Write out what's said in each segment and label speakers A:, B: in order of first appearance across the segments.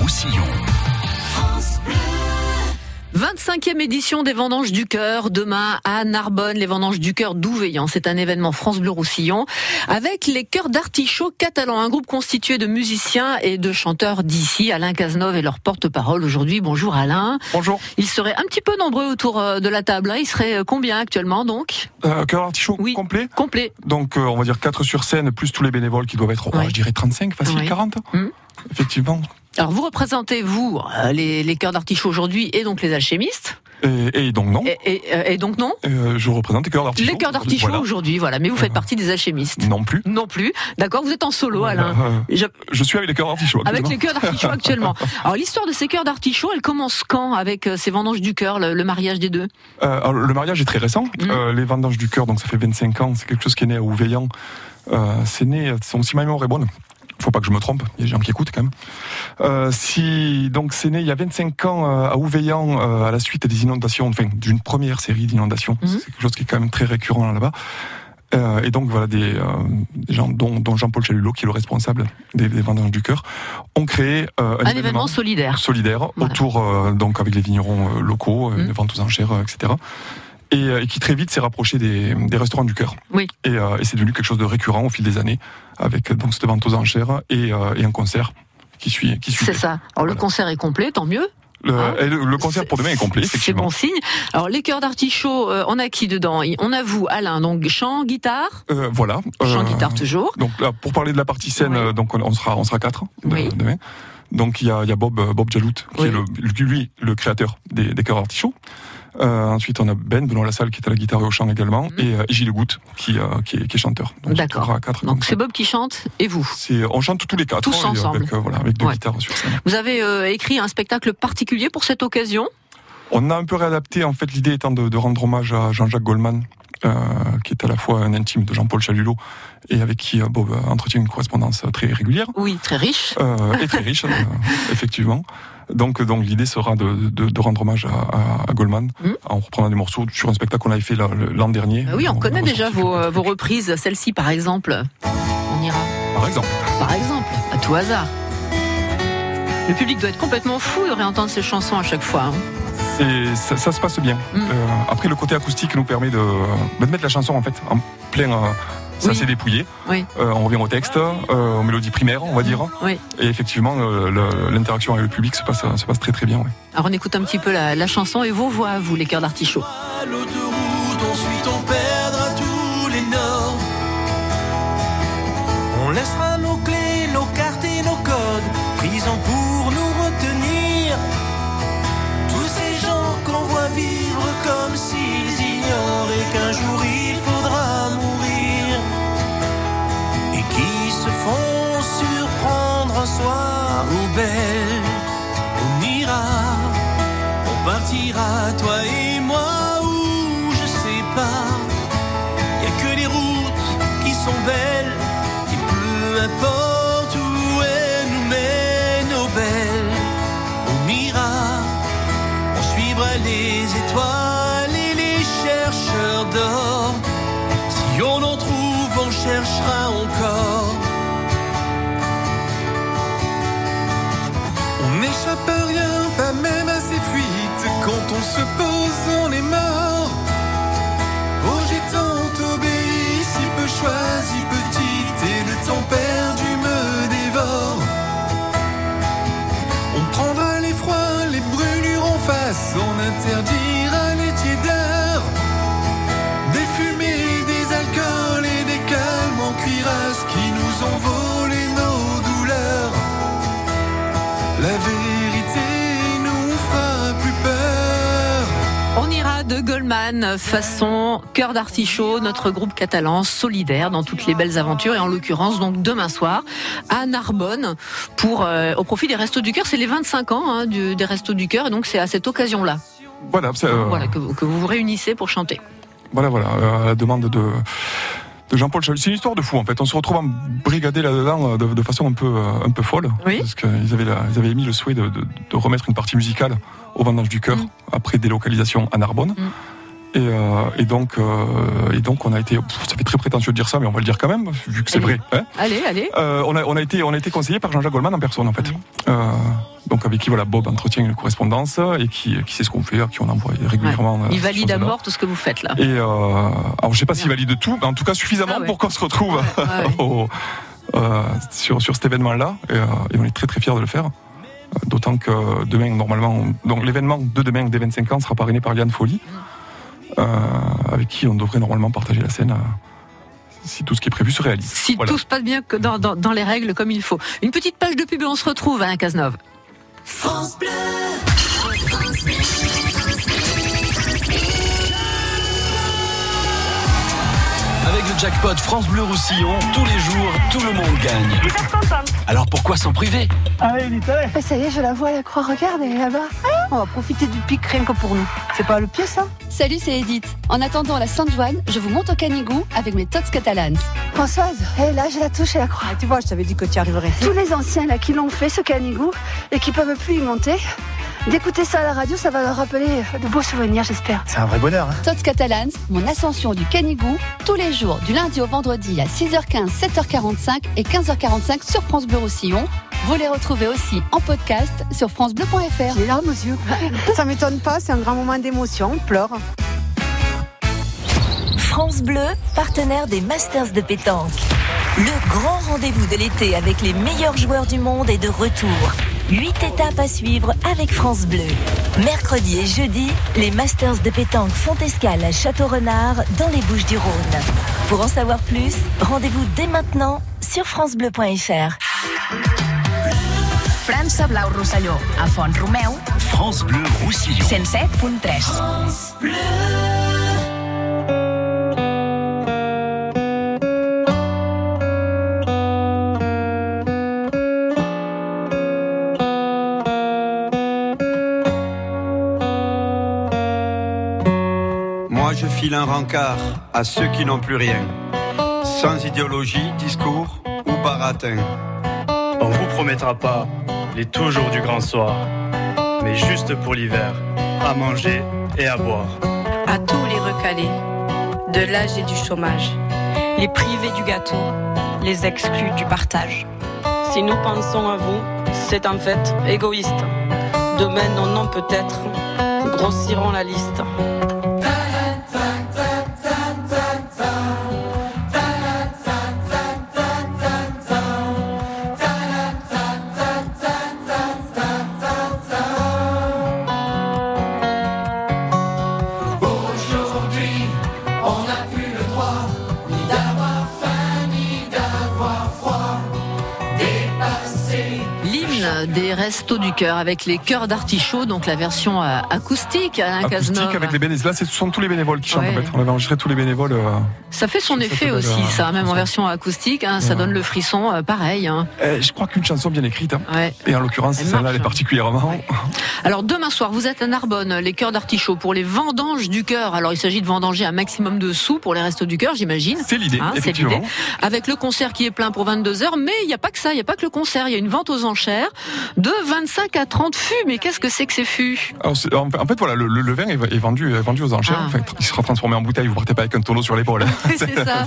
A: Roussillon.
B: 25e édition des Vendanges du Cœur, demain à Narbonne, les Vendanges du Cœur d'Ouveillan. C'est un événement France Bleu Roussillon avec les Cœurs d'Artichaut catalans, un groupe constitué de musiciens et de chanteurs d'ici, Alain Cazenove et leur porte-parole aujourd'hui. Bonjour Alain.
C: Bonjour.
B: Ils seraient un petit peu nombreux autour euh, de la table. hein. Ils seraient euh, combien actuellement donc
C: Euh, cœur artichaut
B: Oui.
C: complet.
B: Complet.
C: Donc euh, on va dire 4 sur scène, plus tous les bénévoles qui doivent être, oh,
B: Ouais.
C: je dirais 35, facile
B: Ouais.
C: 40.
B: Mhm.
C: Effectivement.
B: Alors vous représentez, vous, euh, les, les Cœurs d'Artichaut aujourd'hui et donc les alchimistes.
C: Et, et donc non,
B: Et, et- euh, et donc non
C: Euh, je représente Cœur d'artichaut.
B: Les Cœurs d'Artichaut
C: Voilà.
B: aujourd'hui, voilà. Mais vous faites
C: Euh,
B: partie des alchimistes.
C: Non plus.
B: Non plus. D'accord, vous êtes en solo Alain.
C: Euh,
B: Je-
C: je suis avec les Cœurs d'artichaut.
B: Avec
C: actuellement.
B: les cœurs d'artichaut actuellement. Alors l'histoire de ces cœurs d'artichaut, elle commence quand avec euh, ces vendanges du cœur, le, le mariage des deux
C: Euh, alors, le mariage est très récent.
B: Mhm.
C: Euh, les vendanges du cœur, donc ça fait 25 ans. C'est quelque chose qui est né à Ouveillan. Euh, c'est né, donc, si ma mémoire est bonne, faut pas que je me trompe, il y a des gens qui écoutent quand même. Euh, si, donc c'est né il y a 25 ans euh, à Ouveillan euh, à la suite des inondations, enfin d'une première série d'inondations.
B: Mhm.
C: C'est quelque chose qui est quand même très récurrent là-bas. Euh, et donc voilà des, euh, des gens dont, dont Jean-Paul Chalulot qui est le responsable des, des vendanges du cœur ont créé euh,
B: Un événement solidaire.
C: solidaire
B: Ah. Voilà.
C: autour euh, donc avec les vignerons euh, locaux, euh,
B: Mm.
C: les ventes aux enchères, euh, etc. Et, euh, et qui très vite s'est rapproché des, des restaurants du cœur.
B: Oui.
C: Et, euh, et c'est devenu quelque chose de récurrent au fil des années, avec euh, donc cette vente aux enchères et, euh, et un concert qui suit. Qui suit.
B: C'est ça. Alors le
C: Voilà.
B: concert est complet, tant mieux.
C: Le,
B: Hein
C: et le- le concert pour demain est complet,
B: C'est
C: effectivement.
B: bon signe. Alors les cœurs d'artichaut, euh, on a qui dedans On a vous, Alain, donc chant, guitare,
C: Euh, voilà.
B: chant,
C: Euh,
B: guitare toujours.
C: Donc là, pour parler de la partie scène,
B: Oui.
C: euh, donc on on sera on sera quatre hein, de-
B: Oui.
C: demain. Donc il y a, il y a Bob euh, Bob Jalout qui
B: Oui.
C: est le, le- lui le créateur des, des chœurs artichauts. Euh, ensuite on a Ben Benoît Lassalle qui est à la guitare et au chant également
B: Mhm.
C: et euh, Gilles Goutte qui euh, qui, est, qui est chanteur. Donc on se
B: D'accord.
C: retrouvera à quatre. comme
B: Donc
C: ça.
B: c'est Bob qui chante et vous.
C: C'est- on chante tous les quatre
B: Tous
C: hein, et, euh,
B: ensemble.
C: avec, euh, voilà, avec deux
B: Ouais.
C: guitares sur scène.
B: Vous avez euh, écrit un spectacle particulier pour cette occasion
C: On a un peu réadapté en fait l'idée étant de, de rendre hommage à Jean-Jacques Goldman. euh, qui est à la fois un intime de Jean-Paul Chalulot et avec qui euh, Bob euh, entretient une correspondance euh, très régulière.
B: Oui, très riche.
C: euh, et très riche, euh, effectivement. Donc, donc l'idée sera de, de, de rendre hommage à, à- à Goldman
B: Mhm.
C: en reprenant des morceaux sur un spectacle qu'on avait fait la- l'an dernier.
B: Bah oui, on connaît
C: avait
B: déjà
C: sorti
B: vos,
C: quelques
B: euh, vos
C: trucs.
B: reprises. Celle-ci, par exemple. On ira.
C: Par exemple,
B: Par exemple, à tout hasard. Le public doit être complètement fou de réentendre ces chansons à chaque fois. hein.
C: c'est- ça, ça se passe bien.
B: Mhm.
C: Euh, après, le côté acoustique nous permet de, de mettre la chanson en fait en plein. euh, ça
B: Oui.
C: s'est dépouillé.
B: Oui. Hmm.
C: Euh, on revient au texte, euh, aux mélodies primaires, on va dire.
B: Oui.
C: Et effectivement, euh, le- l'interaction avec le public se passe, se passe très très bien. ouais.
B: Alors on écoute un petit peu la, la chanson et vos voix, vous, les cœurs d'artichaut.
D: À l'autoroute, ensuite on perdra tous les nords. On laissera nos clés, nos cartes et nos codes, prisant pour nous retenir. Tous ces gens qu'on voit vivre comme s'ils ignoraient qu'un jour il faudra mourir. Et qui se font surprendre un soir aux belles. On ira. On partira, toi et moi, où je sais pas. Y a que les routes qui sont belles, et peu importe où elles nous mènent, aux belles. On ira, on suivra les étoiles et les chercheurs d'or. Si on en trouve, on cherchera encore. On n'échappe à rien, pas même à ses fuites. Quand on se pose, on est mort. Oh, j'ai tant obéi, si peu choisi, petite, et le temps perdu me dévore. On prendra les froids, les brûlures en face, on interdira les tiédards. Des fumées, des alcools et des calmes en cuirasse qui nous ont volé nos douleurs. La vérité nous fera plus peur.
B: On ira de Goldman, façon cœur d'artichaut, notre groupe catalan solidaire dans toutes les belles aventures et en l'occurrence donc demain soir à Narbonne pour euh, au profit des Restos du Cœur. C'est les 25 ans hein, du- des Restos du Cœur et donc c'est à cette occasion-là
C: Voilà, c'est, euh,
B: voilà, que, vous- que vous vous réunissez pour chanter.
C: Voilà, voilà, euh, à la demande de, de Jean-Paul Chalut. C'est une histoire de fou, en fait. On se retrouve embrigadés là-dedans euh, de, de façon un peu, euh, un peu folle.
B: Oui.
C: Parce qu'ils avaient, la- ils avaient émis le souhait de, de- de remettre une partie musicale au Vendange du Cœur
B: Mm.
C: après délocalisation à Narbonne.
B: Mm.
C: Et, euh, et donc, euh, et donc, on a été. pff, Ça fait très prétentieux de dire ça, mais on va le dire quand même, vu que c'est
B: Allez.
C: vrai. hein.
B: Allez, allez.
C: Euh, on, a, on, a été, on a été conseillé par Jean-Jacques Goldman en personne, en fait.
B: Oui.
C: Euh, donc avec qui voilà Bob entretient une correspondance et qui, qui sait ce qu'on fait, à qui on envoie régulièrement.
B: Ouais. Il
C: euh,
B: valide
C: ces
B: à
C: choses-là.
B: mort tout ce que vous faites là.
C: Et euh, alors je sais pas s'il
B: Bien.
C: valide tout, mais en tout cas suffisamment
B: Ah ouais.
C: pour qu'on se retrouve
B: Ouais, Ah ouais, ouais.
C: au- euh, sur, sur cet événement-là et, euh, et on est très très fiers de le faire. Euh, D'autant que demain, normalement, on- donc l'événement de demain des 25 ans sera parrainé par Liane Folly, euh, avec qui on devrait normalement partager la scène euh, si tout ce qui est prévu se réalise.
B: Si
C: Voilà.
B: tout se passe bien que dans, dans- dans les règles comme il faut. Une petite page de pub et on se retrouve, hein, Cazenove.
D: France Bleu.
A: Avec le jackpot France Bleu Roussillon, tous les jours, tout le monde gagne. Alors pourquoi s'en priver
E: Ah, Ça y est, je la vois, la croix, regarde, elle est là-bas. Ah, On va profiter du pic rien que pour nous. C'est pas le pied, ça
F: Salut, c'est Edith. En attendant la San Juan, je vous monte au Canigou avec mes Tots Catalans.
E: Françoise, hé, là, je la touche et la croix.
G: Ah, Tu vois, je t'avais dit que tu arriverais.
E: Tous les anciens, là, qui l'ont fait, ce canigou, et qui peuvent plus y monter, d'écouter ça à la radio, ça va leur rappeler de beaux souvenirs, j'espère.
H: C'est un vrai bonheur. hein.
F: Tots Catalans, mon ascension du Canigou, tous les jours du lundi au vendredi à 6h15, 7h45 et 15h45 sur France Bleu Roussillon. Vous les retrouvez aussi en podcast sur francebleu.fr.
G: J'ai les larmes aux yeux. Ça m'étonne pas, c'est un grand moment d'émotion, on pleure.
I: France Bleu, partenaire des Masters de pétanque. Le grand rendez-vous de l'été avec les meilleurs joueurs du monde est de retour. Huit étapes à suivre avec France Bleu. Mercredi et jeudi, les Masters de pétanque font escale à Château-Renard dans les Bouches-du-Rhône. Pour en savoir plus, rendez-vous dès maintenant sur francebleu.fr.
J: França Blau Rosselló, a Font Romeu,
A: France Bleu Roussillon.
J: 107.3.
K: Moi je file un rencard à ceux qui n'ont plus rien, sans idéologie, discours ou baratin.
L: On vous promettra pas les toujours du grand soir, mais juste pour l'hiver, à manger et à boire.
J: À tous les recalés, de l'âge et du chômage, les privés du gâteau, les exclus du partage. Si nous pensons à vous, c'est en fait égoïste. Demain, non, non, peut-être, grossirons la liste.
B: L'hymne des Restos du Cœur avec les Cœurs d'Artichaut, donc la version euh, acoustique, Alain Cazeneuve.
C: Acoustique avec les bénévoles. Là, ce sont tous les bénévoles qui chantent
B: Ouais.
C: en fait. On avait enregistré tous les bénévoles. euh,
B: Ça fait son
C: Ça
B: effet
C: s'appelle,
B: aussi,
C: euh,
B: ça, hein, même en
C: ça.
B: version acoustique, hein, ça
C: Ouais.
B: donne le frisson, euh, pareil. hein.
C: eh, je crois qu'une chanson bien écrite. hein.
B: Ouais.
C: Et en l'occurrence,
B: Elle
C: celle-là,
B: marche. hein.
C: elle est particulièrement.
B: Alors demain soir, vous êtes à Narbonne, les cœurs d'artichaut pour les vendanges du cœur. Alors il s'agit de vendanger un maximum de sous pour les restos du cœur, j'imagine.
C: C'est l'idée,
B: Hein, c'est
C: effectivement.
B: l'idée. Avec le concert qui est plein pour 22 heures, mais il n'y a pas que ça, il n'y a pas que le concert, il y a une vente aux enchères de 25 à 30 fûts. Mais qu'est-ce que c'est que ces fûts
C: Alors, c'est- en fait- en fait, voilà, le, le- le vin est, est vendu, est vendu aux enchères.
B: Ah.
C: En fait, il sera transformé en bouteille. Vous partez pas avec un tonneau sur l'épaule.
B: C'est ça.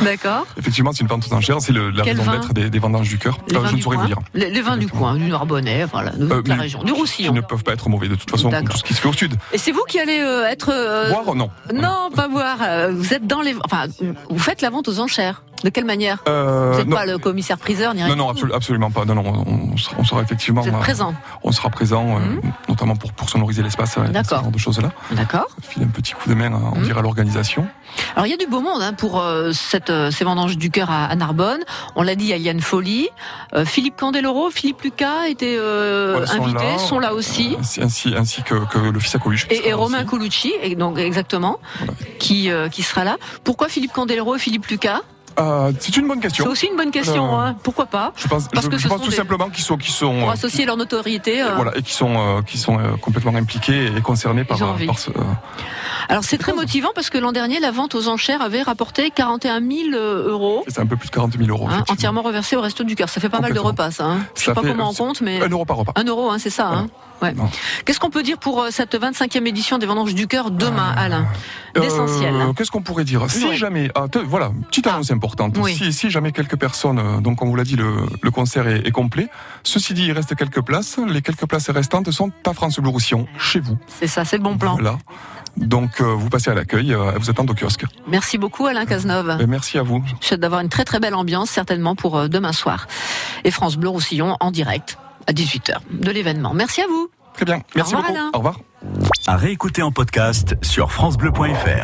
B: D'accord.
C: Effectivement, c'est une vente aux enchères. C'est le- la
B: Quel
C: raison
B: vin
C: d'être des, des vendanges du cœur.
B: Les
C: Euh,
B: vins
C: je ne
B: du
C: saurais vous
B: coin.
C: dire.
B: Les, les vins du
C: Exactement.
B: coin, du Narbonnais, voilà, de
C: Euh,
B: toute la
C: mais-
B: région, du
C: Qui
B: Roussillon.
C: ne peuvent pas être mauvais de toute façon,
B: D'accord.
C: tout ce qui se fait au sud.
B: Et c'est vous qui allez euh, être euh,
C: Boire, non.
B: Non, pas voir. euh, Vous êtes dans les. Enfin, vous faites la vente aux enchères. De quelle manière
C: Euh,
B: Vous n'êtes
C: non.
B: pas le commissaire priseur ni rien.
C: Non, non, absolu- absolument pas. Non, non, on, on sera, on sera effectivement.
B: Vous êtes
C: euh,
B: présent.
C: on sera présent, euh,
B: Mhm.
C: notamment pour, pour sonoriser l'espace, euh, ce
B: D'accord.
C: genre de choses-là.
B: D'accord.
C: File un petit coup de main, euh, on
B: Mhm.
C: dirait, à l'organisation.
B: Alors il y a du beau monde hein, pour euh, cette, euh, ces vendanges du cœur à, à Narbonne. On l'a dit, il y a Yann Folly, euh, Philippe Candeloro, Philippe Lucas étaient euh,
C: Voilà, sont
B: invités,
C: là.
B: sont là aussi.
C: Ainsi, ainsi, ainsi que, que le fils à Coluche. qui
B: Et,
C: sera
B: et
C: là
B: Romain
C: aussi.
B: Colucci, et donc exactement,
C: Voilà.
B: qui euh, qui sera là. Pourquoi Philippe Candeloro et Philippe Lucas
C: Euh, C'est une bonne
B: C'est
C: question.
B: aussi une bonne question.
C: Euh,
B: hein. Pourquoi pas
C: Je pense,
B: Parce
C: je,
B: que
C: je
B: ce
C: pense
B: sont
C: tout
B: des-
C: simplement qu'ils sont, qu'ils sont,
B: Pour
C: euh,
B: associer leur notoriété. euh,
C: voilà, et qui sont, euh, qui sont euh, complètement impliqués et concernés par,
B: Ils ont
C: euh,
B: envie.
C: par ce. euh,
B: Alors c'est très motivant parce que l'an dernier, la vente aux enchères avait rapporté 41 000 euh, euros.
C: c'est un peu plus de 40 000
B: hein,
C: euros. Oh, effectivement.
B: entièrement reversé au resto du cœur. Ça fait pas mal de
C: Complètement.
B: repas, ça. Hein. Je sais
C: Ça
B: pas
C: fait-
B: comment on
C: c'est-
B: compte, mais
C: Un euro par repas.
B: un euro, hein, c'est ça. Hein. Ouais.
C: Non.
B: Qu'est-ce qu'on peut dire pour euh, cette 25e édition des Vendanges du cœur demain, Alain L'essentiel. hein.
C: Euh, Qu'est-ce qu'on pourrait dire Si
B: Ouais.
C: jamais. Ah, te- voilà, petite
B: Ah.
C: annonce importante.
B: Oui.
C: Si, si jamais quelques personnes, euh, donc on vous l'a dit, le, le concert est, est complet. Ceci dit, il reste quelques places. Les quelques places restantes sont à France Bleu Roussillon, chez vous.
B: C'est ça, c'est le bon plan.
C: Voilà. Donc euh, vous passez à l'accueil, euh, elles vous attendent au kiosque.
B: Merci beaucoup Alain Cazeneuve.
C: Et merci à vous.
B: Je souhaite d'avoir une très très belle ambiance certainement pour euh, demain soir. Et France Bleu Roussillon en direct à 18h de l'événement. Merci à vous.
C: Très bien. Merci
B: au revoir
C: beaucoup.
B: Alain.
C: Au revoir.
A: À réécouter en podcast sur FranceBleu.fr.